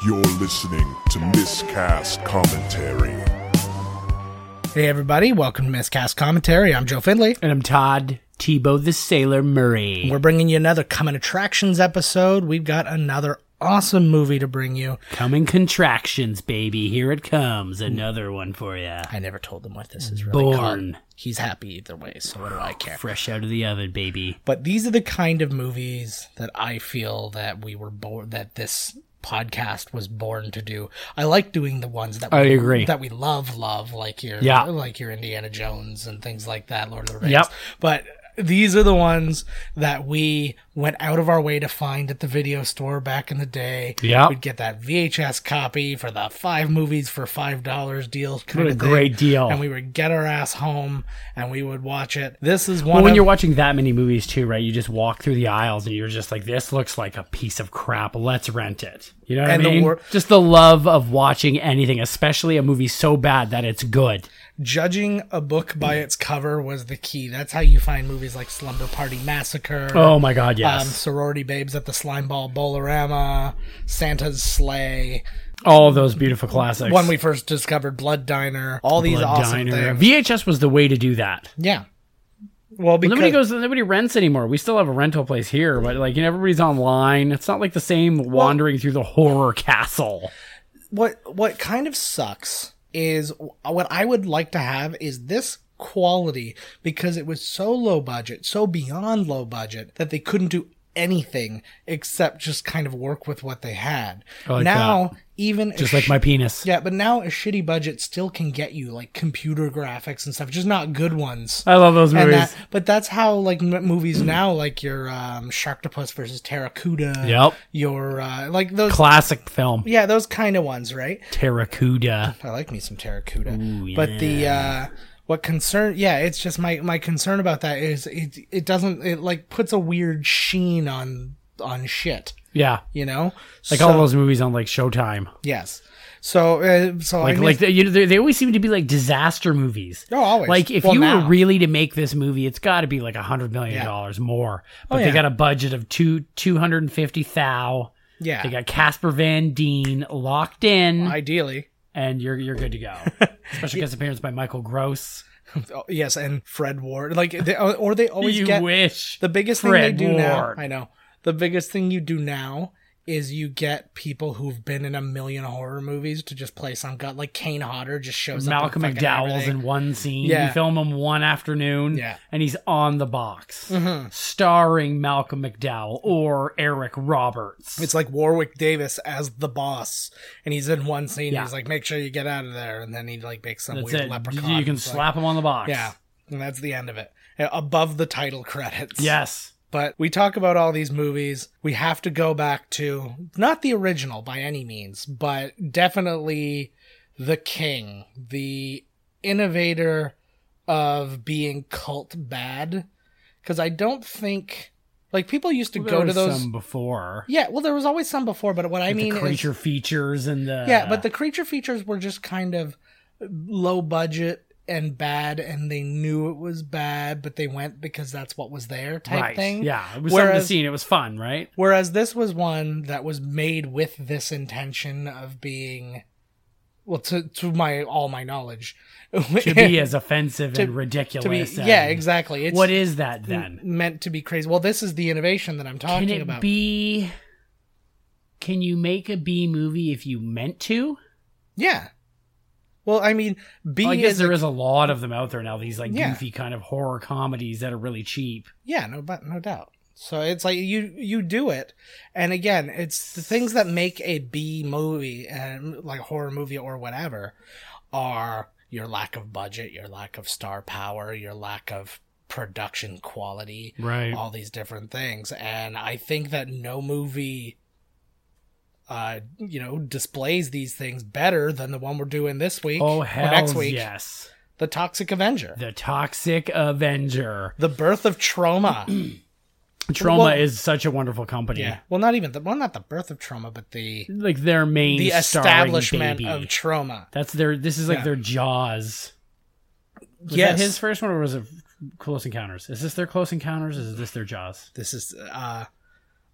You're listening to Miscast Commentary. Hey everybody, welcome to Miscast Commentary. I'm Joe Findlay. And I'm Todd Tebow the Sailor Murray. We're bringing you another Coming Attractions episode. We've got another awesome movie to bring you. Coming contractions, baby. Here it comes. Another one for you. I never told them what this is really Born. called. He's happy either way, so what do I care? Fresh out of the oven, baby. But these are the kind of movies that I feel that we were born that this podcast was born to do. I like doing the ones that we, I agree. that we love, love like your Yeah. like your Indiana Jones and things like that, Lord of the Rings. Yep. But these are the ones that we went out of our way to find at the video store back in the day. Yep. we'd get that VHS copy for the five movies for five dollars deal. Kind What a of thing. great deal. And we would get our ass home and we would watch it. This is one Well, when of- you're watching that many movies, too, right? You just walk through the aisles and you're just like, this looks like a piece of crap. Let's rent it. You know what And the I mean? wor- just the love of watching anything, especially a movie so bad that it's good. judging a book by its cover was the key. That's how you find movies like Slumber Party Massacre. Oh, my God, Um, yes. sorority babes at the slime ball bolorama santa's sleigh All those beautiful classics. when we first discovered blood diner all these Blood awesome Diner. things VHS was the way to do that. yeah well because Nobody goes. Nobody rents anymore. We still have a rental place here, but like you know, everybody's online. It's not like the same wandering through the horror castle. what what kind of sucks is what I would like to have is this quality because it was so low budget, so beyond low budget that they couldn't do anything except just kind of work with what they had. like now, even Just like my penis. yeah, but now a shitty budget still can get you like computer graphics and stuff, just not good ones. I love those movies. and that, but that's how like m- movies now, like your um, Sharktopus versus Terracuda. Yep. Your uh, like those, Classic film. yeah, those kind of ones, right? Terracuda. I like me some terracotta. But the uh what concern yeah, it's just my my concern about that is it it doesn't it like puts a weird sheen on on shit, Yeah, you know? like So- all those movies on like Showtime. Yes. So uh, so I Like like like the, you know, they, they always seem to be like disaster movies. Oh, always. Like if Well, you now. were really to make this movie, it's got to be like a hundred million Yeah. Oh, dollars more. But yeah. they got a budget of two two hundred and fifty thou. yeah. They got Casper Van Deen locked in. ideally. and you're you're good to go. Special guest appearance by Michael Gross. Oh, yes, and Fred Ward. Like they, or they always you get wish. the biggest Fred thing they do Ward. now. I know. The biggest thing you do now is you get people who've been in a million horror movies to just play some gut like Kane Hodder just shows Malcolm up. in fucking McDowell's everything. in one scene. Yeah. You film him one afternoon, Yeah. Mm-hmm. and he's on the box, starring Malcolm McDowell or Eric Roberts. It's like Warwick Davis as the boss, and he's in one scene. Yeah. He's like, "Make sure you get out of there," and then he like makes some That's weird it. leprechaun. You can It's like- slap him on the box. yeah, and that's the end of it. Uh, Above the title credits. Yes. But we talk about all these movies. We have to go back to not the original by any means, but definitely the king, the innovator of being cult bad. Because I don't think like people used to go There to was those. some before. Yeah, well, there was always some before, but what I mean the is creature features and the yeah, but the creature features were just kind of low budget and bad, and they knew it was bad, but they went because that's what was there type right. thing. Yeah, it was something to Whereas- see. and It was fun, right? Whereas this was one that was made with this intention of being, well, to to my all my knowledge, To be as offensive and ridiculous. to be- and- yeah, exactly. It's What is that then? meant to be crazy. Well, this is the innovation that I'm talking Can it about. be? Can you make a B movie if you meant to? yeah. Well, I mean, B Well, I guess is there is a lot of them out there now. These like Yeah. goofy kind of horror comedies that are really cheap. Yeah, no, but no doubt. So it's like you you do it, and again, it's the things that make a B movie and like horror movie or whatever are your lack of budget, your lack of star power, your lack of production quality, Right. all these different things. And I think that no movie, uh, you know, displays these things better than the one we're doing this week Oh or hell next week, yes! the Toxic Avenger, The Toxic Avenger. the birth of trauma. Trauma Well- is such a wonderful company. Yeah. Well, not even the well, not the birth of trauma, but the Like their main the starring establishment baby. of trauma. That's their. This is like Yeah. their Jaws. Was that Yes. his first one or was it Close Encounters? Is this their Close Encounters? Is this their Jaws? This is uh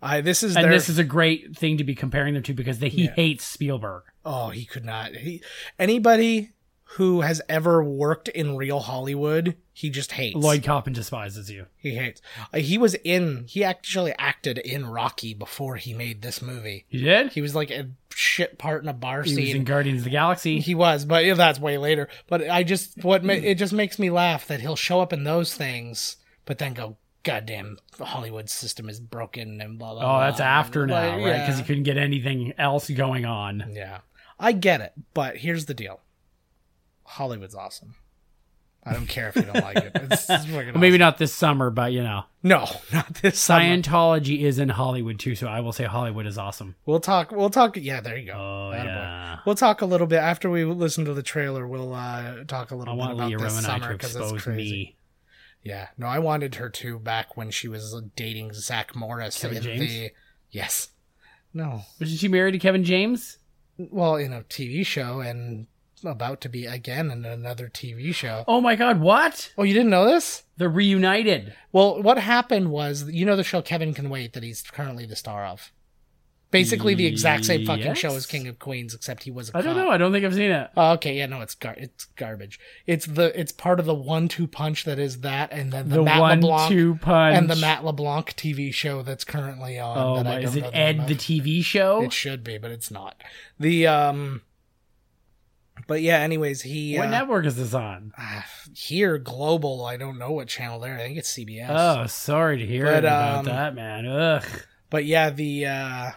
I this is and their this is a great thing to be comparing them to because they, he Yeah. hates Spielberg. oh he could not he anybody who has ever worked in real Hollywood he just hates Lloyd Kaufman despises you. he hates Uh, he was in he actually acted in Rocky before he made this movie He did. he was like a shit part in a bar He was scene in Guardians of the Galaxy. He was, but yeah, that's way later. But I just what ma- it just makes me laugh that he'll show up in those things, but then go, "Goddamn, the Hollywood system is broken," and blah blah. Oh, that's blah." after now, Like, right? 'Cause right? Because yeah. he couldn't get anything else going on. Yeah, I get it, but here's the deal: Hollywood's awesome. I don't care if you don't like it. It's, it's fucking Well, maybe awesome. not this summer, but you know, No, not this science. Scientology is in Hollywood too, so I will say Hollywood is awesome. We'll talk. We'll talk. Yeah, there you go. Oh Attaboy. yeah, We'll talk a little bit after we listen to the trailer. We'll uh, talk a I little bit want about Leah this Remini to summer because it's expose crazy. me. Yeah, no, I wanted her to back when she was dating Zach Morris. Kevin in James? The... Yes. No. Wasn't she married to Kevin James? Well, in a TV show and about to be again in another TV show. Oh my God, what? Oh, you didn't know this? They're reunited. Well, what happened was, you know, the show Kevin Can Wait that he's currently the star of. Basically, the exact same fucking show as Yes. King of Queens, except he was a I don't cop. know. I don't think I've seen it. Oh, okay, yeah, no, it's gar- it's garbage. It's the it's part of the one-two punch that is that, and then the, The Matt one LeBlanc two punch and the Matt LeBlanc TV show that's currently on. Oh that I my! Is don't it know the name Ed of. the TV show? It should be, but it's not. The um, but yeah. Anyways, he What uh, network is this on? ah, here global. I don't know what channel there. I think it's CBS. Oh, sorry to hear But, about um, that, man. Ugh. But yeah, the uh,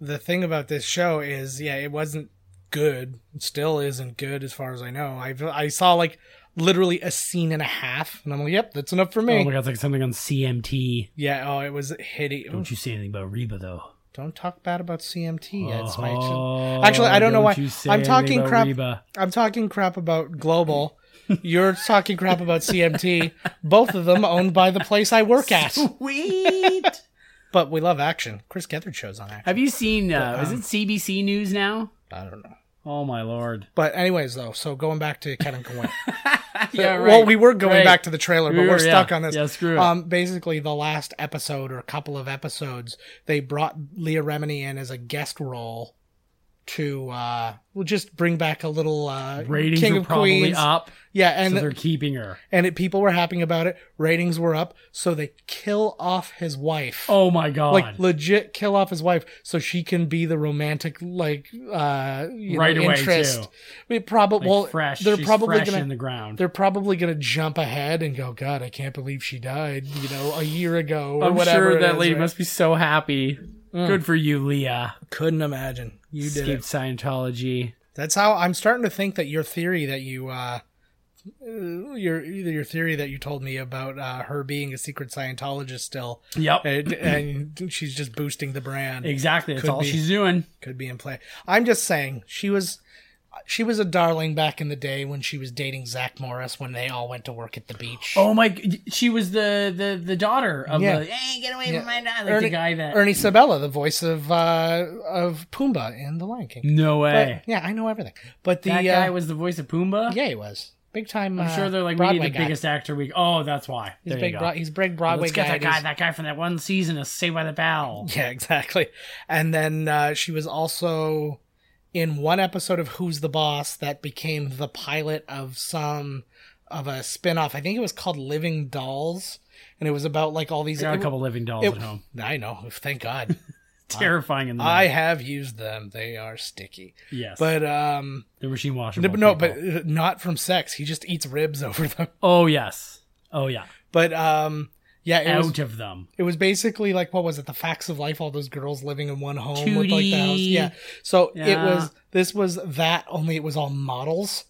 the thing about this show is, yeah, it wasn't good. It still isn't good, as far as I know. I I saw like literally a scene and a half, and I'm like, yep, that's enough for me. Oh my god, it's like something on CMT. yeah. Oh, it was hideous. Don't you say anything about Reba though. Don't talk bad about CMT. That's my Oh, Actually, I don't know why. you say I'm talking anything about crap. Reba. I'm talking crap about Global. You're talking crap about CMT. Both of them owned by the place I work at. Sweet. But we love action. Chris Gethard shows on action. Have you seen? Uh, But, um, is it CBC News now? I don't know. Oh my lord. But anyways, though, so going back to Kevin Kwan. yeah, Well, we were going Right. back to the trailer, but We we were, are stuck yeah. on this. Yeah, screw it. Um, basically, the last episode or a couple of episodes, they brought Leah Remini in as a guest role to uh, well, just bring back a little uh, ratings King are of probably Queens. up, Yeah, and and so they're keeping her. and it, people were happy about it. Ratings were up, so they kill off his wife. Oh my god! like legit, kill off his wife so she can be the romantic like uh you Right know, away, interest. too. We probably Like, well, fresh. they're She's probably fresh gonna in the ground. they're probably gonna jump ahead and go, God, I can't believe she died. You know, a year ago or I'm whatever. sure it that is, lady right? must be so happy. Good for you, Leah. couldn't imagine you did Escaped it. Scientology. That's how I'm starting to think that your theory that you. uh your either your theory that you told me about uh, her being a secret Scientologist still Yep, and, and she's just boosting the brand. exactly. That's Could all be. she's doing. Could be in play. I'm just saying she was she was a darling back in the day when she was dating Zach Morris when they all went to work at the beach. Oh my! g- She was the the the daughter of Yeah. the. Hey, get away Yeah. from my dad! Like Ernie, the guy that. Ernie Sabella, the voice of uh, of Pumbaa in The Lion King. no But, way. yeah, I know everything. But the that guy uh, was the voice of Pumbaa. yeah, he was big time. uh, I'm sure they're like Broadway we need the guy. biggest actor we. Oh, that's why. He's there big. you go. Bro- he's big Broadway Let's get that He's- guy. That guy from that one season of Saved by the Bell. Yeah, exactly. And then uh, she was also in one episode of Who's the Boss that became the pilot of some of a spin-off. I think it was called Living Dolls, and it was about like all these. I got a it- couple living dolls it- at home. I know. Thank God. Terrifying in the I night. have used them. They are sticky. yes, But um the machine washer. no, no, but uh, not from sex. He just eats ribs over them. oh yes, oh yeah, But um yeah, it was out of them. It was basically like what was it? The Facts of Life. All those girls living in one home with like the house. 2D. Yeah. So it Yeah. was. This was that. Only it was all models,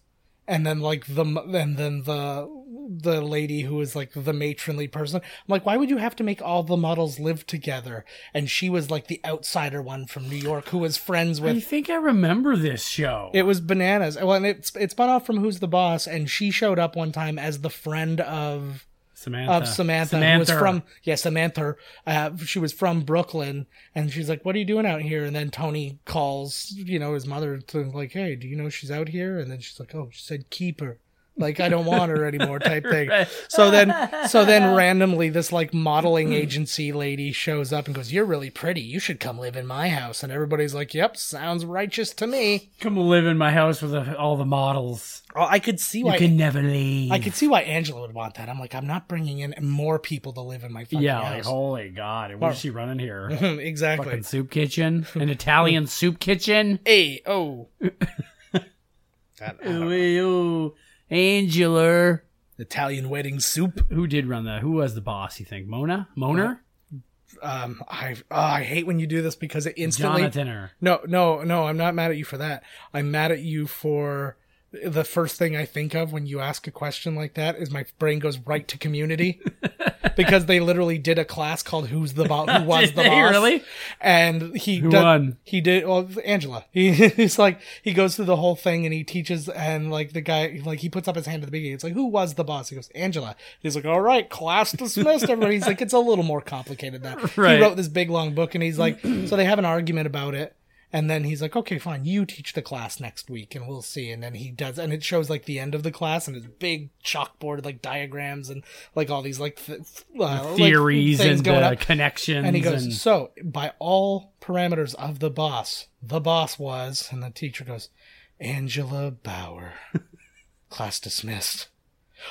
and then like the m- and then the the lady who was like the matronly person. I'm like, why would you have to make all the models live together? And she was like the outsider one from New York who was friends I with. think I remember this show. It was bananas. Well, and it's it spun off from Who's the Boss, and she showed up one time as the friend of Samantha. of Samantha, who was from yeah Samantha. Uh, she was from Brooklyn, and she's like, "What are you doing out here?" And then Tony calls, you know, his mother to like, "Hey, do you know she's out here?" And then she's like, "Oh, she said keep her." Like I don't want her anymore type thing. Right. So then so then randomly this like modeling agency lady shows up and goes, "You're really pretty. You should come live in my house." And everybody's like, "Yep, sounds righteous to me." Come live in my house with the, all the models. Oh, I could see why you can never leave. I could see why Angela would want that. I'm like, I'm not bringing in more people to live in my fucking yeah, like house. holy god, and what is she running here? Mm-hmm, exactly. Fucking soup kitchen, an Italian soup kitchen. Hey, oh. That- I don't know. Ooh, Angela. Italian wedding soup. Who did run that? Who was the boss? You think Mona? Moner? Um, I oh, I hate when you do this because it instantly. Jonathan or No, no, no. I'm not mad at you for that. I'm mad at you for the first thing I think of when you ask a question like that is my brain goes right to community because they literally did a class called "Who's the Boss?" Who was Did the they boss? really? and he Who done- won? He did. Well, Angela. He, he's like he goes through the whole thing and he teaches and like the guy like he puts up his hand at the beginning. It's like who was the boss? He goes Angela. He's like all right, class dismissed. Everybody's like it's a little more complicated than that. Right. He wrote this big long book and he's like so they have an argument about it. And then he's like, okay, fine, you teach the class next week and we'll see. And then he does, and it shows like the end of the class and his big chalkboard, like diagrams and like all these like th- uh, like, theories things and going the up. connections. And he goes, So, by all parameters of the boss, the boss was, and the teacher goes, Angela Bauer. class dismissed.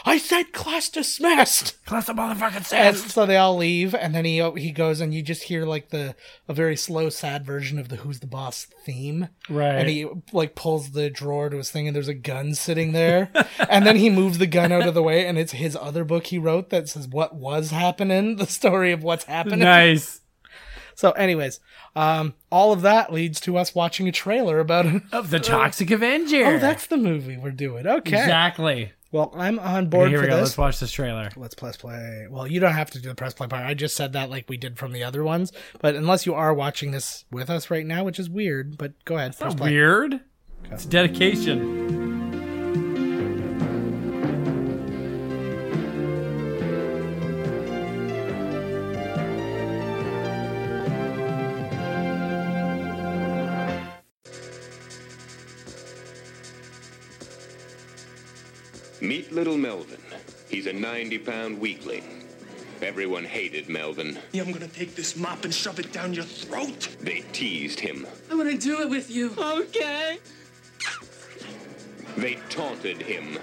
I said class dismissed! class of motherfucking And says. so they all leave, and then he he goes, and you just hear like the a very slow, sad version of the "Who's the Boss" theme. Right. And he like pulls the drawer to his thing, and there's a gun sitting there. and then he moves the gun out of the way, and it's his other book he wrote that says "What was happening," the story of what's happening. Nice. So, anyways, um, all of that leads to us watching a trailer about. Of the Toxic Avenger. oh, that's the movie we're doing. Okay. exactly. Well, I'm on Okay, board here for we go. this. Let's watch this trailer. Let's press play. Well, you don't have to do the press play part. I just said that like we did from the other ones. But unless you are watching this with us right now, which is weird, but go ahead. Press That's play. weird. It's dedication. Meet little Melvin. He's a 90 pound weakling. Everyone hated Melvin. Yeah, I'm gonna take this mop and shove it down your throat. They teased him. I want to do it with you. Okay. They taunted him.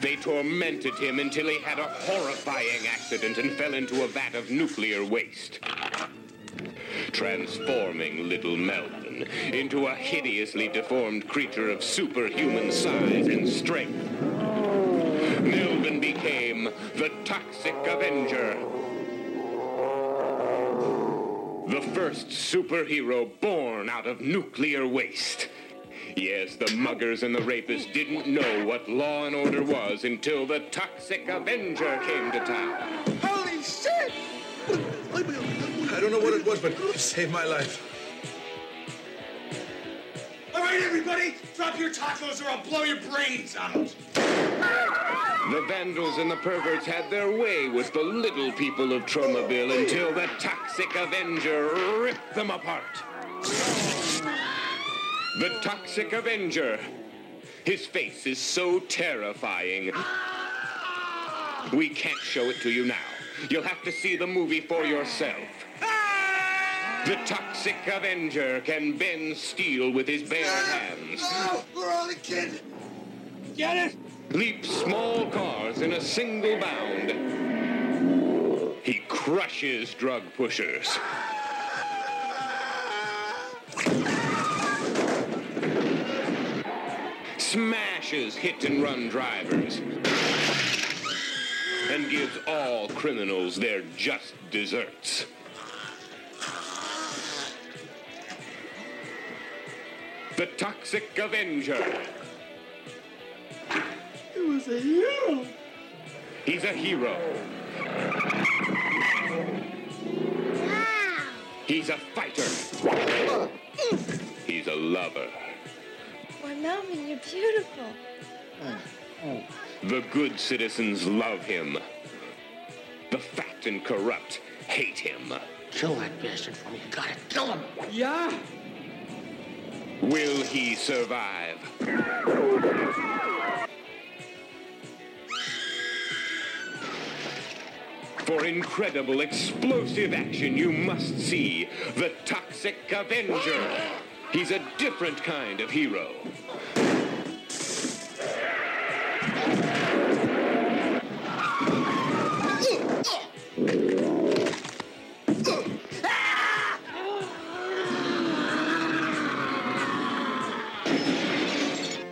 They tormented him until he had a horrifying accident and fell into a vat of nuclear waste. Transforming little Melvin into a hideously deformed creature of superhuman size and strength. Melvin became the Toxic Avenger. The first superhero born out of nuclear waste. Yes, the muggers and the rapists didn't know what law and order was until the Toxic Avenger came to town. Holy shit! I don't know what it was, but it saved my life. All right, everybody, drop your tacos or I'll blow your brains out. The vandals and the perverts had their way with the little people of Tromaville until the Toxic Avenger ripped them apart. The Toxic Avenger. His face is so terrifying. We can't show it to you now. You'll have to see the movie for yourself. The Toxic Avenger can bend steel with his bare hands. we're all a kid. Get it? leap small cars in a single bound. He crushes drug pushers. Smashes hit and run drivers. And gives all criminals their just desserts. The Toxic Avenger. He's a hero. He's a fighter. He's a lover. Well, Melvin, you're beautiful. The good citizens love him. The fat and corrupt hate him. Kill that bastard for me. You gotta kill him. Will he survive? For incredible explosive action, you must see the Toxic Avenger. He's a different kind of hero.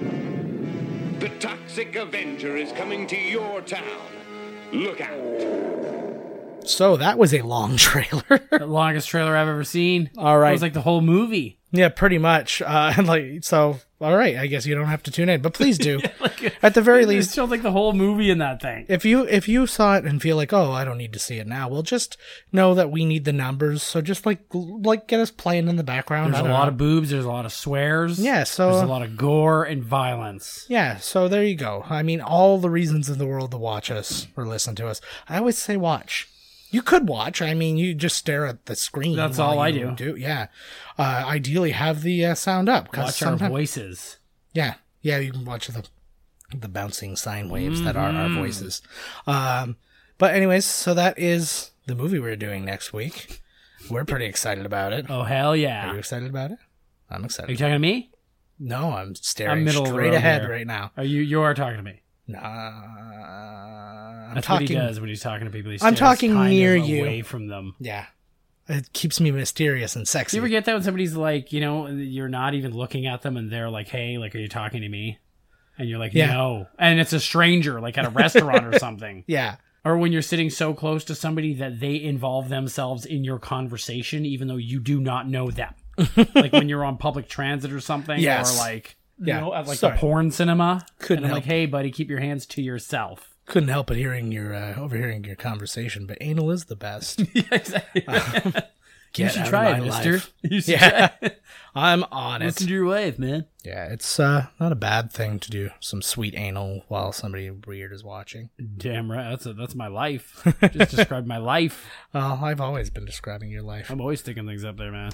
The Toxic Avenger is coming to your town. Look out. So that was a long trailer. The longest trailer I've ever seen. All right. It was like the whole movie. yeah, pretty much. Uh, and like so, all right. I guess you don't have to tune in, but please do. At the very It least, feels like the whole movie in that thing. if you if you saw it and feel like oh I don't need to see it now, well just know that we need the numbers. So just like like get us playing in the background. There's I a don't lot know. of boobs. There's a lot of swears. Yeah, so- there's a lot of gore and violence. Yeah, so there you go. I mean, all the reasons in the world to watch us or listen to us. I always say watch. You could watch. I mean, you just stare at the screen. That's while all I you do. yeah. Uh, ideally, have the uh, sound up. 'cause Watch our sometime- voices. Yeah, yeah. You can watch the the bouncing sine waves that are Mm-hmm. our voices. Um, but anyways, so that is the movie we're doing next week. We're pretty excited about it. Oh hell Are you yeah! excited about it? I'm Are you excited. talking to me? No, I'm staring I'm middle of the straight road ahead here. right now. Are you? You are talking to me. Nah, I'm That's what he does when he's talking to people. He I'm stares talking kind near of you. away from them. Yeah, it keeps me mysterious and Do sexy. you ever get that when somebody's like, you know, you're not even looking at them, and they're like, "Hey, like, are you talking to me?" And you're like, Yeah. "No," and it's a stranger, like at a restaurant or something, yeah, or when you're sitting so close to somebody that they involve themselves in your conversation, even though you do not know them. like when you're on public transit or something, Yes. or like, you Yeah. know, at like Sorry. the porn cinema. Couldn't and I'm like, help. "Hey, buddy, keep your hands to yourself." couldn't help but hearing your uh, overhearing your conversation. But anal is the best. Um, yeah, exactly. you Get should out of try my it, Mister. life. You should Yeah. try it. I'm on it. Listen to your wife, man. Yeah, it's uh, not a bad thing to do some sweet anal while somebody weird is watching. Damn right. That's a, that's my life. Just described my life. Well, Uh, I've always been describing your life. I'm always sticking things up there, man.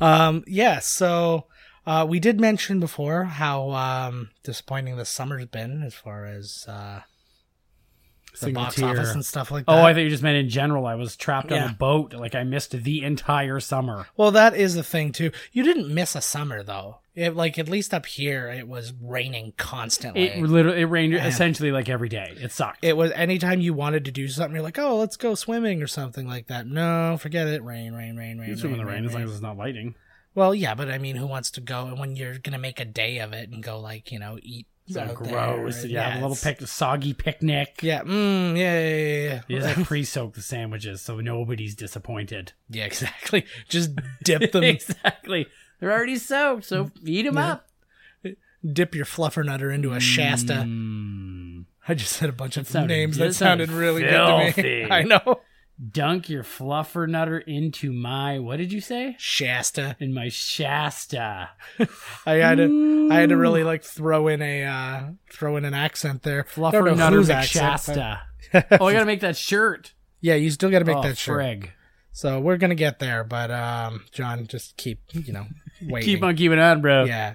Um, yeah, so uh, we did mention before how um, disappointing the summer's been as far as uh, the Single box tier. office and stuff like that. Oh, I thought you just meant in general. I was trapped on Yeah. a boat. Like I missed the entire summer. Well, that is the thing too. You didn't miss a summer though. It, like at least up here, it was raining constantly. It It, literally it rained Man. essentially like every day. It sucked. was anytime you wanted to do something, you're like, oh, let's go swimming or something like that. No, forget it. Rain, rain, rain, rain. you swim in the rain, as long rain. as it's not lightning. Well, yeah, but I mean, who wants to go? And when you're gonna make a day of it and go like you know eat. So out there gross. and- Yeah, have a little it's- pic- soggy picnic. Yeah, mm, yeah, yeah, yeah, yeah. You just like pre-soak the sandwiches so nobody's disappointed. Yeah, exactly. Just dip them, exactly. They're already soaked, so eat them Yeah. up. dip your fluffernutter into a Shasta. I just said a bunch of Mm. That sounded- names that that sounded sounded really good to filthy. me. I know. Dunk your fluffer nutter into my what did you say? Shasta. In my Shasta. I had to I had to really like throw in a uh throw in an accent there. I don't know Fluffer nutter whose my accent, Shasta. but- oh, I gotta make that shirt. yeah, you still got to make oh, that sure. frig. So we're gonna get there, but um, John, just keep you know waiting. Keep on keeping on, bro. Yeah,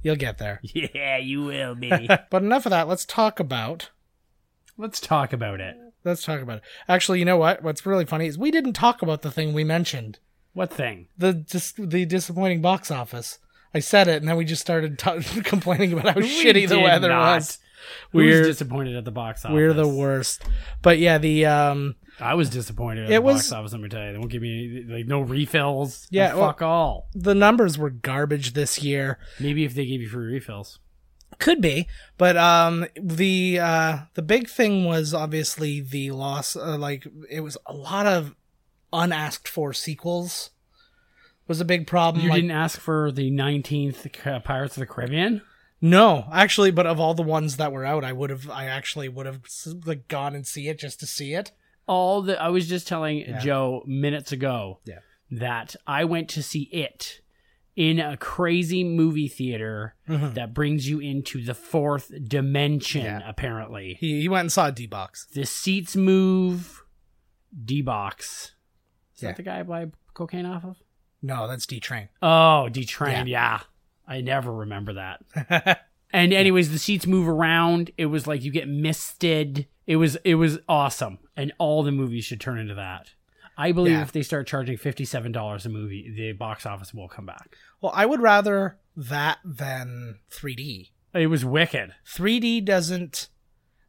you'll get there. Yeah, you will, baby. But enough of that. Let's talk about. Let's talk about it. Let's talk about it. Actually, you know what? What's really funny is we didn't talk about the thing we mentioned. What thing? The just the disappointing box office. I said it, and then we just started ta complaining about how shitty the did Oh, weather not. was. We're We're- disappointed at the box office. We're the worst. But yeah, the um I was disappointed at It the was- box office. Let me tell you, they won't give me like no refills. Yeah, Yeah, well- fuck all. the numbers were garbage this year. Maybe if they gave you free refills. Could be, but um the uh the big thing was obviously the loss uh, like it was a lot of unasked for sequels was a big problem. You Mm, like- didn't ask for the 19th uh, Pirates of the Caribbean? No, actually, but of all the ones that were out, I would have I actually would have like gone and see it just to see it. All the I was just telling Joe minutes ago Yeah. that I went to see it in a crazy movie theater Mm-hmm. that brings you into the fourth dimension apparently. He he went and saw D box. the seats move D box. Is Yeah. that the guy I buy cocaine off of? No, that's D train. Oh, D train, yeah. I never remember that. And anyways, the seats move around. It was like you get misted. It was it was awesome, and all the movies should turn into that. I believe Yeah. if they start charging fifty seven dollars a movie, the box office will come back. Well, I would rather that than 3D. It was wicked. 3D doesn't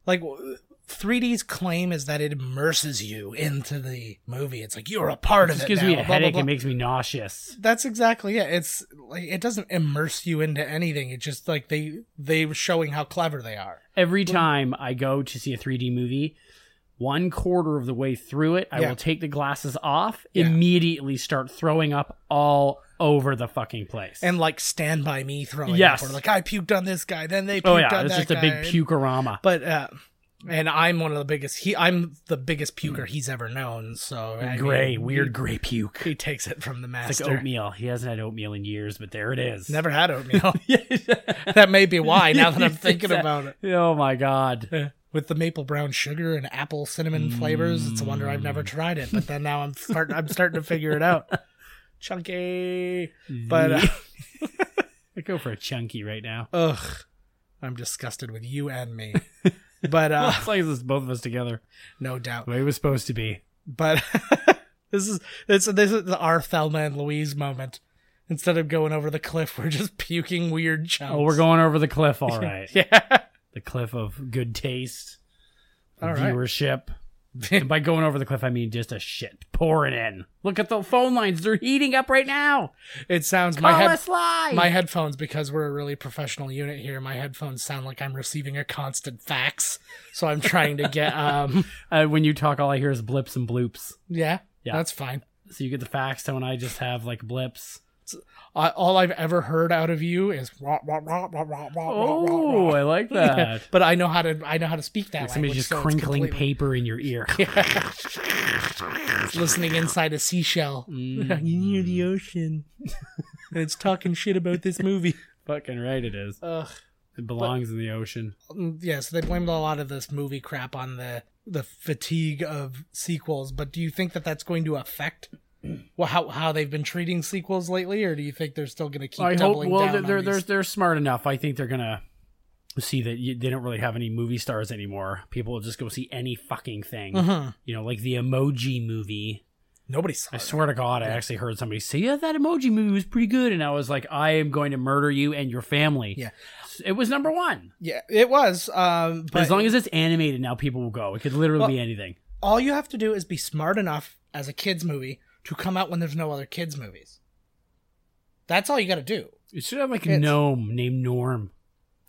like w- 3D's claim is that it immerses you into the movie. It's like you're a part It of just it. gives now, me a blah, blah, headache blah. and makes me nauseous. That's exactly it. It's like it doesn't immerse you into anything. It's just like they they were showing how clever they are. Every time I go to see a 3D movie, one quarter of the way through it, I Yeah. will take the glasses off, Yeah. immediately start throwing up all over the fucking place. And like Stand by Me throwing Yes. up, or like I puked on this guy, then they puked oh on yeah, it's that just a big guy. pukerama. But uh, and I'm one of the biggest. He I'm the biggest puker he's ever known. So I Mm. gray, mean, weird gray puke. He, he takes it from the It's master. like oatmeal. He hasn't had oatmeal in years, but there it is. Never had oatmeal. that may be why. Now that I'm thinking about it, Oh my god. with the maple brown sugar and apple cinnamon flavors, it's a wonder I've never tried it. But then now I'm start, I'm starting to figure it out. Chunky, but uh, I go for a chunky right now. ugh, I'm disgusted with you and me. But uh, it's like this is both of us together. no doubt. The way it was supposed to be. but this is this this is our Thelma and Louise moment. Instead of going over the cliff, we're just puking weird chunks. Oh, we're going over the cliff, all right. yeah, The cliff of good taste, all right. viewership. and by going over the cliff, I mean just a shit pouring in. Look at the phone lines; they're heating up right now. It sounds Call my head, us live. my headphones because we're a really professional unit here. My headphones sound like I'm receiving a constant fax, so I'm trying to get um uh, when you talk, all I hear is blips and bloops. yeah Yeah. that's fine. So you get the facts, and I just have like blips. I, all I've ever heard out of you is wah, wah, wah, wah, wah, wah, wah, Oh, wah. I like that. But I know how to I know how to speak that. Somebody's language, just so it's crinkling completely- paper in your ear. listening inside a seashell. Mm. you near the ocean. and it's talking shit about this movie. Fucking right, it is. Ugh. It belongs in the ocean. Mm, Yeah, so they blamed a lot of this movie crap on the the fatigue of sequels, but do you think that that's going to affect well, how how they've been treating sequels lately, or do you think they're still going to keep I hope. doubling Well, down? they're on they're, they're these? they're smart enough. I think they're gonna see that you, they don't really have any movie stars anymore. People will just go see any fucking thing. Mm-hmm. You know, like the Emoji Movie. nobody saw I it. swear to God, I actually heard somebody say, "Yeah, that Emoji Movie was pretty good," and I was like, "I am going to murder you and your family." Yeah. it was number one. Yeah, it was. Um, But but as long as it's animated, now people will go. It could literally Well- be anything. all you have to do is be smart enough as a kids movie to come out when there's no other kids movies. That's all you got to do. It should have like a It's- gnome named Norm.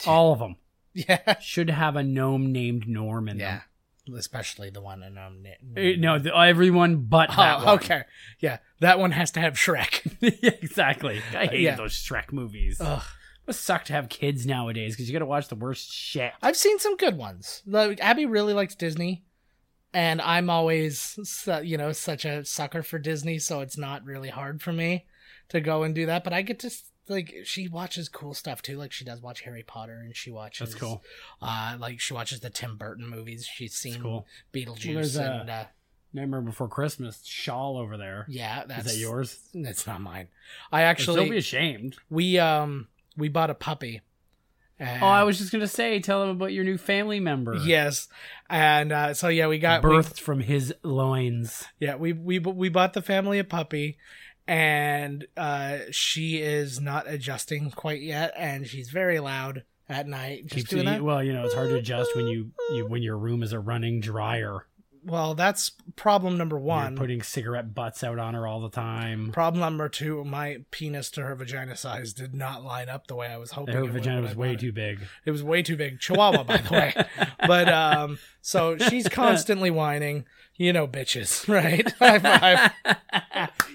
All of them Yeah. should have a gnome named Norm in Yeah. them. Especially the one in um, Ni- Eh, No, the, everyone but that Oh, one. okay. Yeah, that one has to have Shrek. Yeah, exactly. I hated yeah. those Shrek movies. Ugh. It suck to have kids nowadays because you got to watch the worst shit. I've seen some good ones. Like, Abby really likes Disney, and I'm always, su- you know, such a sucker for Disney, so it's not really hard for me to go and do that. But I get to s- like she watches cool stuff too. Like she does watch Harry Potter, and she watches That's cool. Uh, like she watches the Tim Burton movies. She's seen cool. Well, Beetlejuice there's a- and uh, Nightmare Before Christmas, shawl over there. yeah, Is that's that yours? That's not mine. I Don't be actually ashamed. we um we bought a puppy. and- Oh, I was just gonna say, tell them about your new family member. Yes, and uh, so yeah, we got we- birthed from his loins. yeah, we we we bought the family a puppy, and uh, she is not adjusting quite yet, and she's very loud at night. Just Keeps doing you- that. Well, you know it's hard to adjust when you, you when your room is a running dryer. Well, that's problem number one. You're putting cigarette butts out on her all the time. problem number two: my penis to her vagina size did not line up the way I was hoping. Her it would vagina when was I way bought it. too big. It was way too big. Chihuahua, by the way. But um, so she's constantly whining. You know, bitches, right? High five.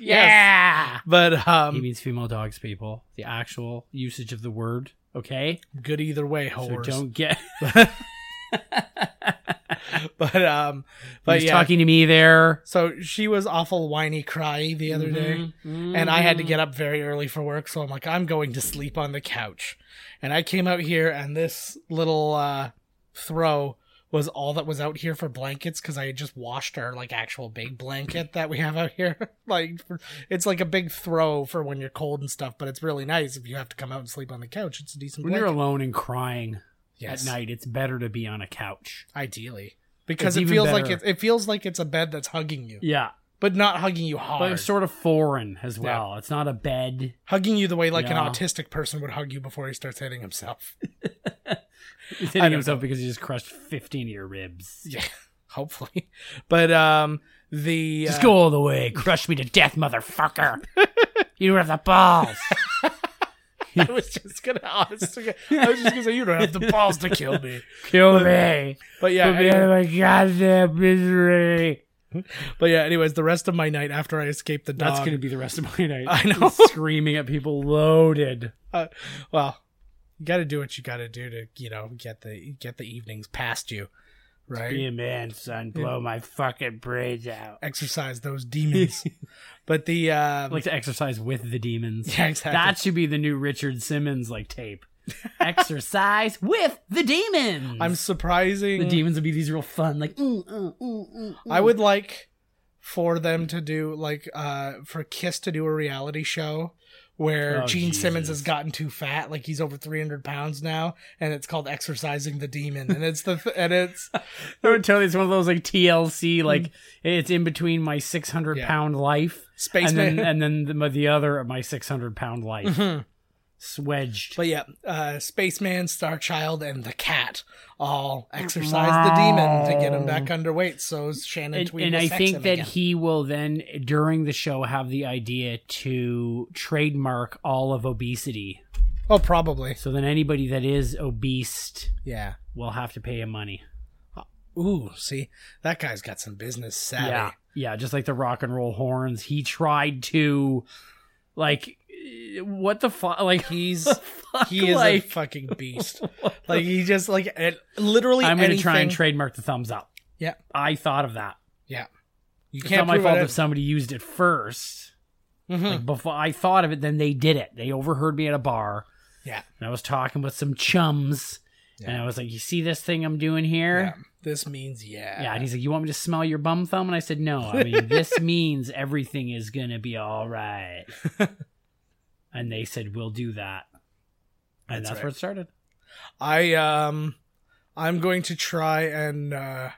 Yeah. But um, He means female dogs, people. The actual usage of the word. Okay. good either way, So whores. don't get. But um, But but he's yeah. talking to me there. so she was awful whiny cry the other day, Mm-hmm. and I had to get up very early for work. So I'm like, I'm going to sleep on the couch, and I came out here, and this little uh, throw was all that was out here for blankets because I had just washed our like actual big blanket that we have out here. like for, it's like a big throw for when you're cold and stuff, but it's really nice if you have to come out and sleep on the couch. It's a decent When you're blanket. alone and crying Yes. at night, it's better to be on a couch. ideally because It's it even feels like it, better. it feels like it's a bed that's hugging you, Yeah. but not hugging you But hard. it's sort of foreign as well. It's not a bed. hugging you the way like Yeah. an autistic person would hug you before he starts hitting himself. He's don't hitting himself because he just crushed 15 of your ribs. yeah, hopefully. But um, the Just uh, go all the way. Crush me to death, motherfucker. you don't have the balls. I was just gonna honestly, I was just gonna say you don't have the balls to kill me. Kill me. But yeah, Put me out anyway- of my goddamn misery. but yeah. Anyways, the rest of my night after I escaped the dog. That's going to be the rest of my night. I know. Screaming at people loaded. uh, well, you got to do what you got to do to you know get the get the evenings past you, right? Be a man, son. Blow my fucking brains out. Exercise those demons. but the um, like to exercise with the demons. yeah, exactly. That should be the new Richard Simmons like tape. exercise with the demons. I'm surprising. the demons would be these real fun, like mm, mm, mm, mm, I would like for them to do like uh for Kiss to do a reality show where Oh, Gene Simmons has Jesus. gotten too fat, like he's over 300 pounds now, and it's called Exercising the Demon, and it's the th- and it's I would tell you it's one of those like TLC, like it's in between my 600 Mm-hmm. Yeah. pound life Space and then Man. Mm-hmm. and then the, the other of my 600 pound life. Swedged. but yeah, uh Spaceman, Starchild, and the Cat all exercise the demon to get him back underweight. So Shannon and, Tweed and will I sex think him that again. he will then during the show have the idea to trademark all of obesity. oh probably So then anybody that is obese yeah. will have to pay him money. Ooh, see that guy's got some business savvy. Yeah. Yeah, just like the rock and roll horns. He tried to like eh, what the fuck like He's fuck, he is like, a fucking beast. like he just like it, literally. I'm gonna anything, try and trademark the thumbs up. Yeah. I thought of that. Yeah, you It's not can't my prove fault it. if somebody used it first. Mhm. Like before I thought of it, then they did it. They overheard me at a bar. yeah, and I was talking with some chums, and I was like, "You see this thing I'm doing here?" yeah. This means yeah. Yeah. and he's like, "You want me to smell your bum thumb?" And I said, "No, I mean this means everything is gonna be all right." and they said, "We'll do that," and That's that's, right. where it started. I um, I'm going to try and uh,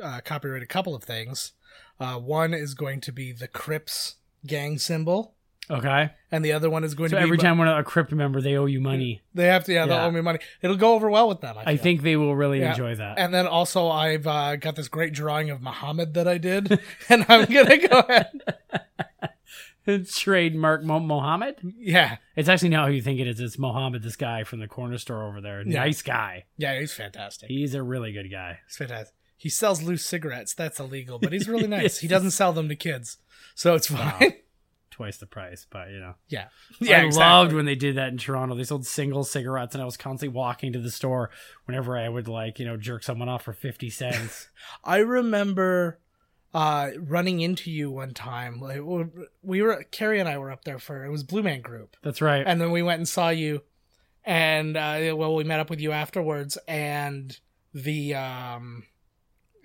uh, copyright a couple of things. Uh, one is going to be the Crips gang symbol, Okay, and the other one is going so to be every time we're a crypt member, they owe you money. they have to yeah, they'll Yeah. owe me money. It'll go over well with them. I, I feel. think they will really Yeah. enjoy that. And then also, I've uh, got this great drawing of Muhammad that I did, and I'm gonna go ahead. Trademark Mo- Mohammed. Yeah, It's actually not who you think it is. It's Mohammed, this guy from the corner store over there. Yeah. Nice guy. yeah, he's fantastic. He's a really good guy. He's fantastic. He sells loose cigarettes. That's illegal, but he's really nice. He doesn't sell them to kids, so it's fine. Twice the price, but you know. yeah, I loved when they did that in Toronto. They sold single cigarettes, and I was constantly walking to the store whenever I would like, you know, jerk someone off for fifty cents. I remember uh, running into you one time. Like we- we were Carrie and I were up there for it was Blue Man Group, That's right. and then we went and saw you, and uh, well, we met up with you afterwards, and the um.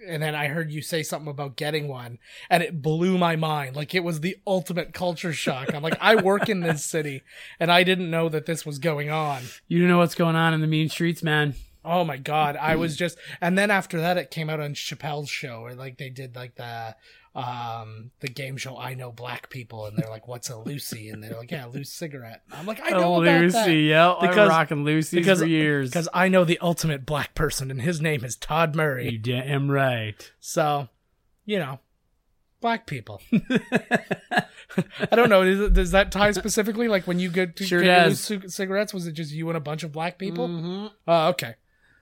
And then I heard you say something about getting one, and it blew my mind. Like it was the ultimate culture shock. I'm like, I work in this city, and I didn't know that this was going on. you don't know what's going on in the mean streets, man. Oh my god, I was just and then after that it came out on Chappelle's show where like they did like the um the game show I know black people and they're like what's a Lucy and they're like yeah, loose cigarette. I'm like I know about that. Oh, Lucy, yeah, I've been Because- rocking Lucy because- for years. Cuz I know the ultimate black person and his name is Todd you Murray. damn right. So, you know, black people. I don't know. Is, does that tie specifically? Like when you get to Sure get your does. Mm-hmm. Lucy cigarettes, was it just you and a bunch of black people? Oh, okay.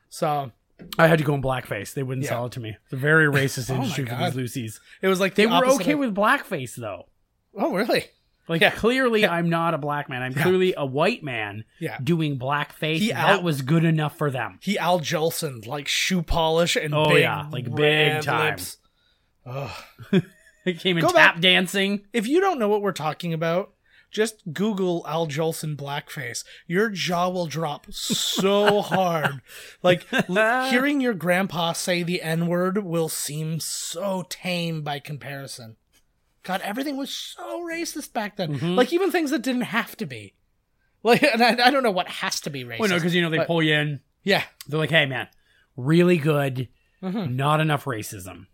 So I had to go in blackface. They wouldn't Yeah. sell it to me. It's a very racist Oh my industry for God. these Lucy's. it was like They the were opposite okay of- with blackface though. Oh, really? Like Yeah. clearly, I'm not a black man. I'm clearly a white man Yeah. doing blackface. He that out- was good enough for them. He Al Jolson, like shoe polish and Oh, big, yeah, like big red time. lips. Ugh. They came in Go tap back- dancing. If you don't know what we're talking about, Just Google Al Jolson blackface. Your jaw will drop so hard. Like l- hearing your grandpa say the N word will seem so tame by comparison. God, everything was so racist back then. Like even things that didn't have to be. Like, and I, I don't know what has to be racist. Well, no, because you know they but- pull you in. yeah, They're like, "Hey, man, really good, not enough racism."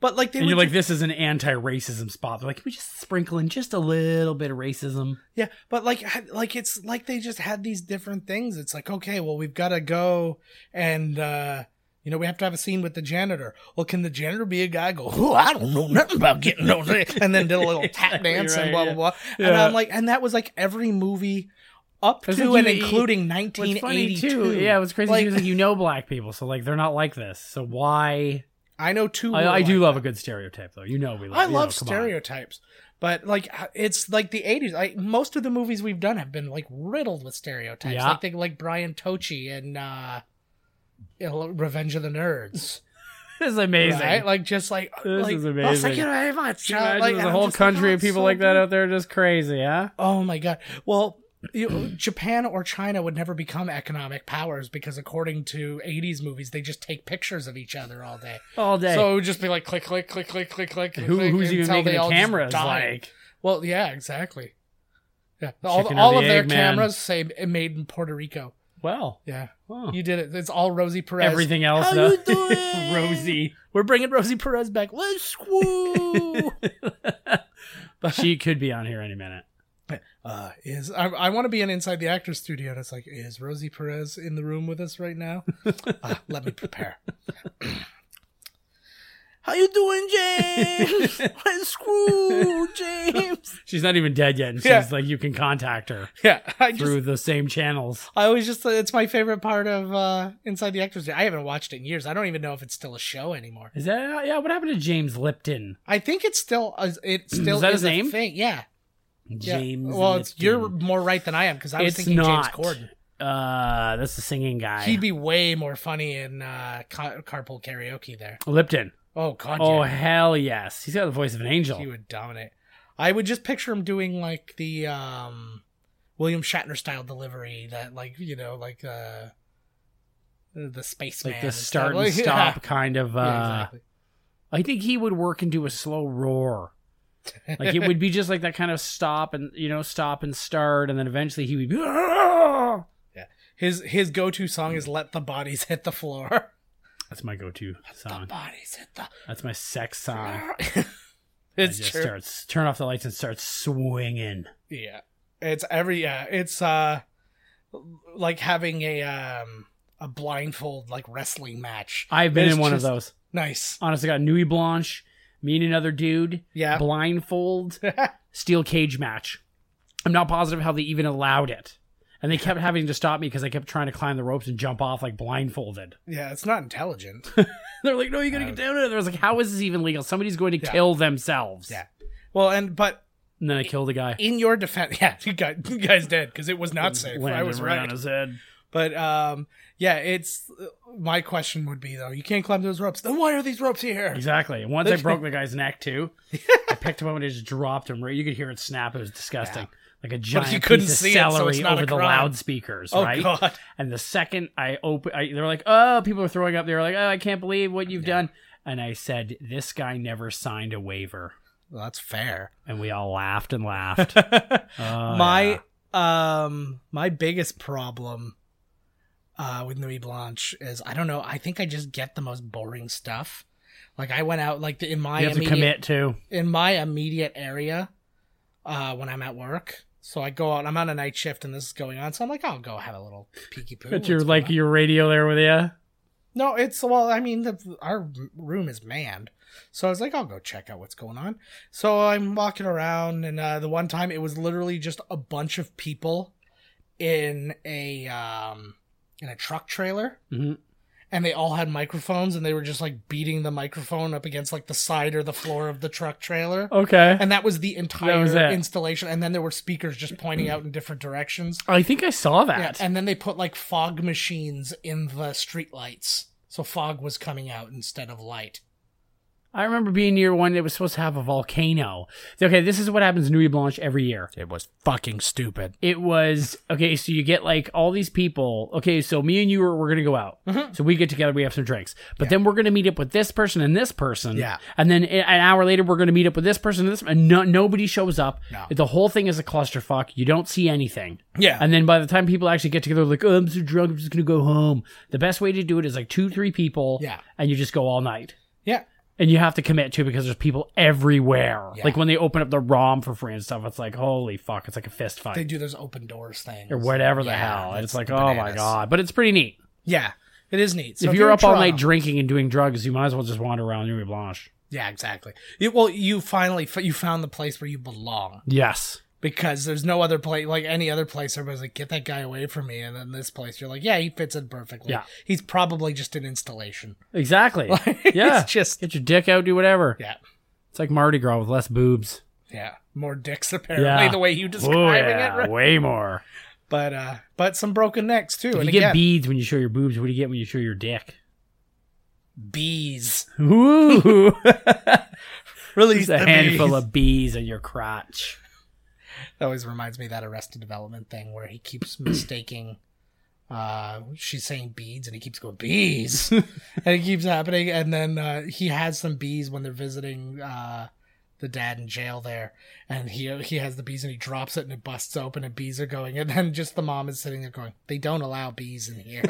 but like they And Mm-hmm. would you're like, "This is an anti-racism spot." They're like, "Can we just sprinkle in just a little bit of racism?" Yeah, but like like it's like they just had these different things. It's like, okay, well we've got to go and uh you know, we have to have a scene with the janitor. Well, can the janitor be a guy go, "Oh, I don't know nothing about getting those," and then did a little tap Exactly dance right, and blah yeah. blah blah. And Yeah. I'm like, and that was like every movie up It's to like and you- including What's 1982. Yeah, what's crazy Like, too is like you know black people, so like they're not like this. So why? I know two. I, were I do like love a good stereotype, though. You know we love. I you love know, come on. stereotypes, but like uh, it's like the '80s. Like most of the movies we've done have been like riddled with stereotypes. Yeah. Like they, like Brian Tochi and uh, you know, Revenge of the Nerds, This is amazing. right? Like just like This like, is "Oh, amazing. thank you very much. Can you Uh, imagine like, there's a I'm whole just like, country "Oh, of it's people so like that good." out there just crazy, yeah? Oh my god. Well, you know, Japan or China would never become economic powers because according to 80s movies, they just take pictures of each other all day. All day. So it would just be like click click click click click click. Who, click, who's even until making they the all just cameras? die. Like, Well, yeah, exactly. Yeah, all, Chicken or all the of their egg, man? cameras say it made in Puerto Rico. well, Yeah, huh. you did it. It's all Rosie Perez. everything else, How though. you doing? Rosie. We're bringing Rosie Perez back. Let's woo. she could be on here any minute. uh, is I, I want to be an inside the actors studio, and it's like, is Rosie Perez in the room with us right now? uh, let me prepare. How you doing, James? Let's woo, James. She's not even dead yet, and she's Yeah. like, you can contact her Yeah, I just through the same channels. I always just it's my favorite part of uh Inside the Actors. I haven't watched it in years. I don't even know if it's still a show anymore. Is that, yeah, what happened to James Lipton? I think it's still a, it still that is his a name? thing. Yeah. yeah. James Well, it's, Lipton. you're more right than I am because I was It's thinking not. James Corden. Uh, that's the singing guy. He'd be way more funny in uh, car- carpool karaoke there. Lipton. Oh God, Oh, yeah. hell yes. He's got the voice of an angel. he would dominate. I would just picture him doing like the um, William Shatner style delivery that like you know like uh, the spaceman like and the stuff. start and Like, yeah. stop kind of. Uh, Yeah, exactly. I think he would work into a slow roar. Like it would be just like that kind of stop and you know stop and start, and then eventually he would be. "Ah!" That's His his go to song is "Let the Bodies Hit the Floor." my go-to song. Bodies hit the. That's my sex song. it's I just true. starts turn off the lights and start swinging. Yeah, it's every yeah. It's uh, like having a um a blindfold like wrestling match. I've been It's in one just of those. Nice. Honestly, got Nui Blanche, me and another dude, Yeah. blindfold, steel cage match. I'm not positive how they even allowed it. And they kept having to stop me because I kept trying to climb the ropes and jump off like blindfolded. yeah, it's not intelligent. They're like, no, Uh, you gotta get down there. There was like, how is this even legal? Somebody's going to kill themselves. Yeah. well, and but And then I killed the guy. in your defense, yeah, you guy you guys dead because it was not safe. I Landed was right on right. his head. But um, yeah, it's my question would be though, you can't climb those ropes. Then why are these ropes here? Exactly. And once I broke the guy's neck too, I picked him up and I just dropped him. Right, you could hear it snap. It was disgusting. Like a giant you couldn't piece of see it, so celery it's not over a the crime. loudspeakers. Oh, right. God. And the second I open, I, they were like, "Oh, people are throwing up." They were like, "Oh, I can't believe what you've done." And I said, "This guy never signed a waiver." Well, that's fair. And we all laughed and laughed. Oh, yeah. my um my biggest problem uh with Nuit Blanche is I don't know, I think I just get the most boring stuff. Like I went out like in my you have to immediate commit to. in my immediate area uh when I'm at work. So I go out, I'm on a night shift and this is going on, so I'm like, I'll go have a little peeky poo. Put what's your going like on? your radio there with you. No, it's well. I mean, the, our room is manned, so I was like, I'll go check out what's going on. So I'm walking around, and uh, the one time it was literally just a bunch of people in a um, in a truck trailer, Mhm. and they all had microphones, and they were just like beating the microphone up against like the side or the floor of the truck trailer. Okay. And that was the entire Oh. was it. installation. And then there were speakers just pointing out in different directions. I think I saw Yeah, that. and then they put like fog machines in the streetlights, so fog was coming out instead of light. I remember being near one that was supposed to have a volcano. Okay, this is what happens in Nuit Blanche every year. It was fucking stupid. It was okay, so you get like all these people. Okay, so me and you are we're gonna go out. Mm-hmm. So we get together, we have some drinks, but then we're gonna meet up with this person and this person. Yeah. and then a- an hour later we're gonna meet up with this person and this, and no, nobody shows up. No. the whole thing is a clusterfuck. You don't see anything. Yeah. And then by the time people actually get together, like, oh, I'm so drunk, I'm just gonna go home. The best way to do it is like two, three people. Yeah. And you just go all night. Yeah. And you have to commit to it because there's people everywhere. Like when they open up the ROM for free and stuff, it's like, holy fuck, it's like a fist They fight. do those open doors things. Or whatever the Yeah, hell. And that's it's like, the oh my bananas. god. But it's pretty neat. Yeah, it is neat. So if, you're, in up all night Toronto- drinking and doing drugs, you might as well just wander around Nuit Blanche. yeah, exactly. You, well, you finally f- you found the place where you belong Yes. because there's no other place like any other place. Everybody's like, get that guy away from me, and then this place, you're like, yeah, he fits in perfectly. Yeah. he's probably just an installation. Exactly. Like, yeah. it's just- get your dick out, do whatever. Yeah, It's like Mardi Gras with less boobs. yeah, more dicks apparently the way you describing Oh, it. yeah, Right? Way more. But uh, but some broken necks too. If and you again, get beads when you show your boobs, what do you get when you show your dick? bees. Ooh. Release Just the a handful bees. of bees in your crotch. That always reminds me of that Arrested Development thing where he keeps mistaking. Uh, she's saying beads, and he keeps going bees, and it keeps happening. And then uh, he has some bees when they're visiting uh, the dad in jail there, and he he has the bees, and he drops it, and it busts open, and bees are going. And then just the mom is sitting there going, "They don't allow bees in here."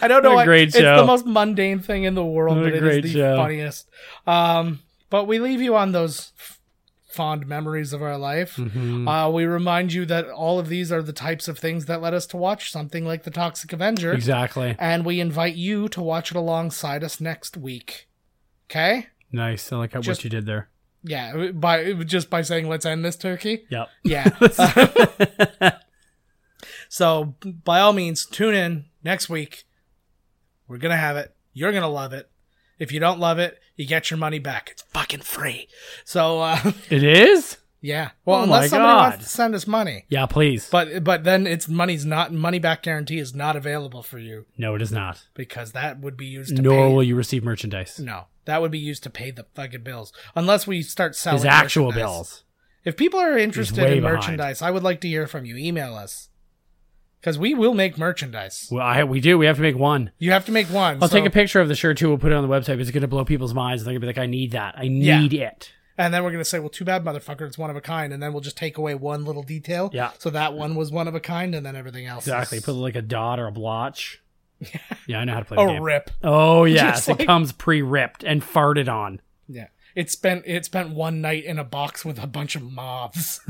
I don't know. What a why- great It's show. the most mundane thing in the world, What a but it great is the show. funniest. Um, but we leave you on those f- fond memories of our life. Uh, we remind you that all of these are the types of things that led us to watch something like The Toxic Avenger. Exactly. And we invite you to watch it alongside us next week. Okay? Nice. I like how, Just- what you did there. Yeah, by just by saying let's end this turkey. Yep. Yeah. so by all means, tune in next week. We're gonna have it. You're gonna love it. If you don't love it, you get your money back. It's fucking free. So uh, It is? yeah. Well, Oh my unless somebody God. wants to send us money, Yeah, please. but but then it's money's not money back guarantee is not available for you no, it is not. because that would be used to Nor pay. will you receive merchandise. no, that would be used to pay the fucking bills unless we start selling His actual merchandise. bills. If people are interested way in behind. merchandise, I would like to hear from you. Email us. Because we will make merchandise. Well, I, we do. We have to make one. You have to make one. I'll so- take a picture of the shirt too. We'll put it on the website. It's going to blow people's minds. They're going to be like, I need that. I Yeah. need it. And then we're going to say, well, too bad, motherfucker. It's one of a kind. And then we'll just take away one little detail. Yeah. So that one was one of a kind, and then everything else. Exactly. Is... Put like a dot or a blotch. Yeah, I know how to play the a game. rip. Oh yes, Just it like- comes pre-ripped and farted on Yeah. It spent it spent one night in a box with a bunch of moths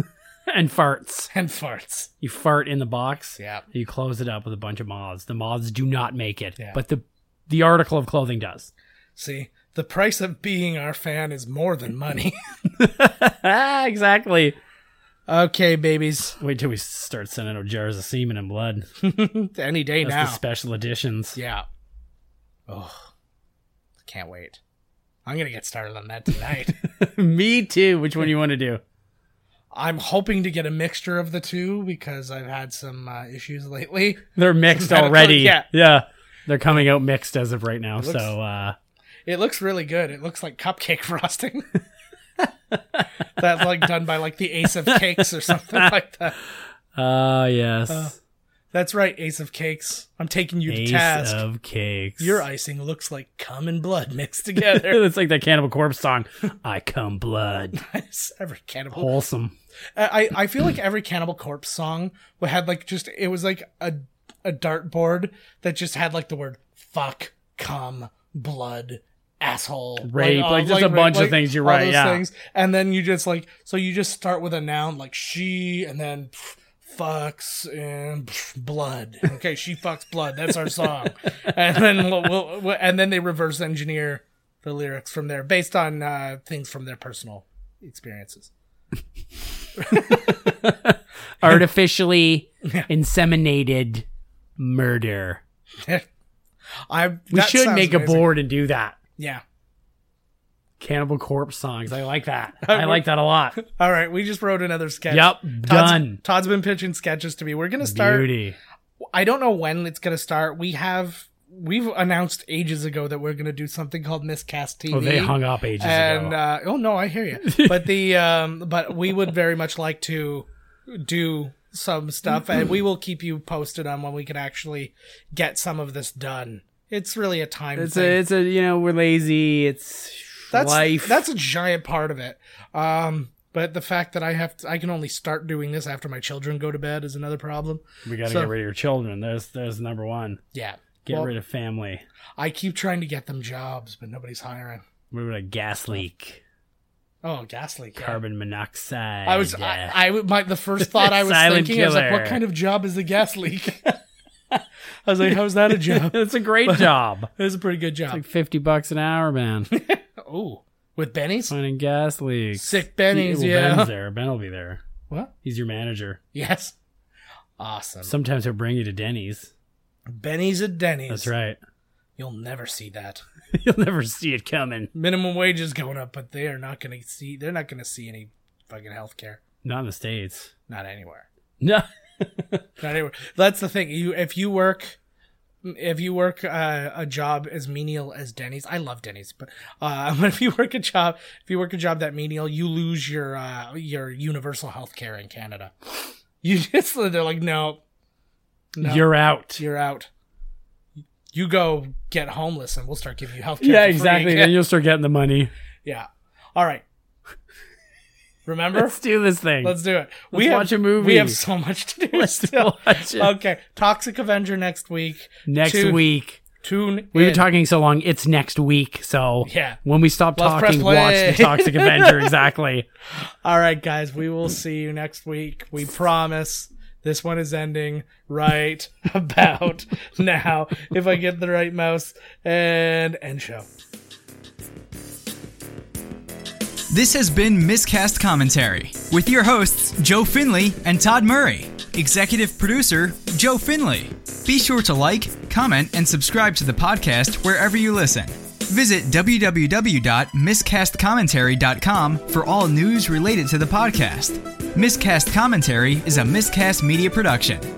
and farts. and farts. You fart in the box. Yeah. You close it up with a bunch of moths. The moths do not make it, Yeah. but the the article of clothing does. See, the price of being our fan is more than money. exactly. okay, babies. Wait till we start sending out jars of semen and blood. Any day That's now. the special editions. Yeah. Oh, can't wait. I'm gonna get started on that tonight. Me too. Which one do you want to do? I'm hoping to get a mixture of the two because I've had some uh, issues lately. They're mixed Medical- already. yeah. Yeah. They're coming out mixed as of right now. looks- so uh It looks really good. It looks like cupcake frosting. That's like done by like the Ace of Cakes or something like that. Oh yes. That's right, Ace of Cakes. I'm taking you Ace to task. of cakes. Your icing looks like cum and blood mixed together. it's like that Cannibal Corpse song. I come blood. Every cannibal Wholesome. I, I feel like every Cannibal Corpse song wa- had like just it was like a a dartboard that just had like the word fuck, cum, blood, asshole, Rape, all- like, just a bunch of things, you're all right, yeah. and then you just like so you just start with a noun like she, and then pff, fucks and pff, blood. Okay, she fucks blood. That's our song, and then we'll, we'll, we'll and then they reverse engineer the lyrics from there based on uh, things from their personal experiences. Artificially inseminated murder. I We should make a board and do that. Yeah. Cannibal Corpse songs. I like that. I like that a lot. All right, we just wrote another sketch. Yep, Todd's- done. Todd's been pitching sketches to me. We're gonna start. Beauty. I don't know when it's gonna start. We have we've announced ages ago that we're going to do something called Miscast TV. Oh, they hung up ages and ago. uh, oh no, I hear you. But the um, but we would very much like to do some stuff, and we will keep you posted on when we can actually get some of this done. It's really a time it's thing. a, it's a, you know, we're lazy. It's that's life. that's a giant part of it. Um, but the fact that I have to, I can only start doing this after my children go to bed is another problem. we got to so- get rid of your children. There's, there's number one. Yeah, Get Well, rid of family. I keep trying to get them jobs, but nobody's hiring. Get rid of gas leak, Oh, gas leak. yeah. carbon monoxide. I was uh, I, I my the first thought I was Silent thinking I was like, what killer. kind of job is the gas leak? I was like, how's that a job? it's a great job. It was a pretty good job. Like fifty bucks an hour, man. oh, with Benny's Finding gas leaks. sick Benny's, Well, yeah. Ben's there. Ben will be there. What? He's your manager. Yes. Awesome. Sometimes he'll bring you to Denny's. Benny's at Denny's. That's right. You'll never see that. You'll never see it coming. Minimum wage is going up, but they are not going to see. They're not going to see any fucking health care. Not in the states. Not anywhere. No. Not anywhere. That's the thing. You if you work if you work uh, a job as menial as Denny's, I love Denny's, but uh, but if you work a job if you work a job that menial, you lose your uh, your universal health care in Canada. You just they're like no, no, You're out. you're out. You go get homeless, and we'll start giving you health care. yeah, exactly. Then you'll start getting the money. Yeah. All right. Remember? Let's do this thing. Let's do it. watch a movie. We have so much to do. Let's still. watch it. Okay, Toxic Avenger next week. Next Tune- week. Tune. We were in. talking so long. It's next week. So Yeah. when we stop Let's press talking, watch the play. Toxic Avenger. Exactly. All right, guys. We will see you next week. We promise. This one is ending right about now. If I get the right mouse and end show. This has been Miscast Commentary with your hosts, Joe Finley and Todd Murray. Executive producer, Joe Finley. Be sure to like, comment, and subscribe to the podcast wherever you listen. Visit www.miscastcommentary.com for all news related to the podcast. Miscast Commentary is a miscast media production.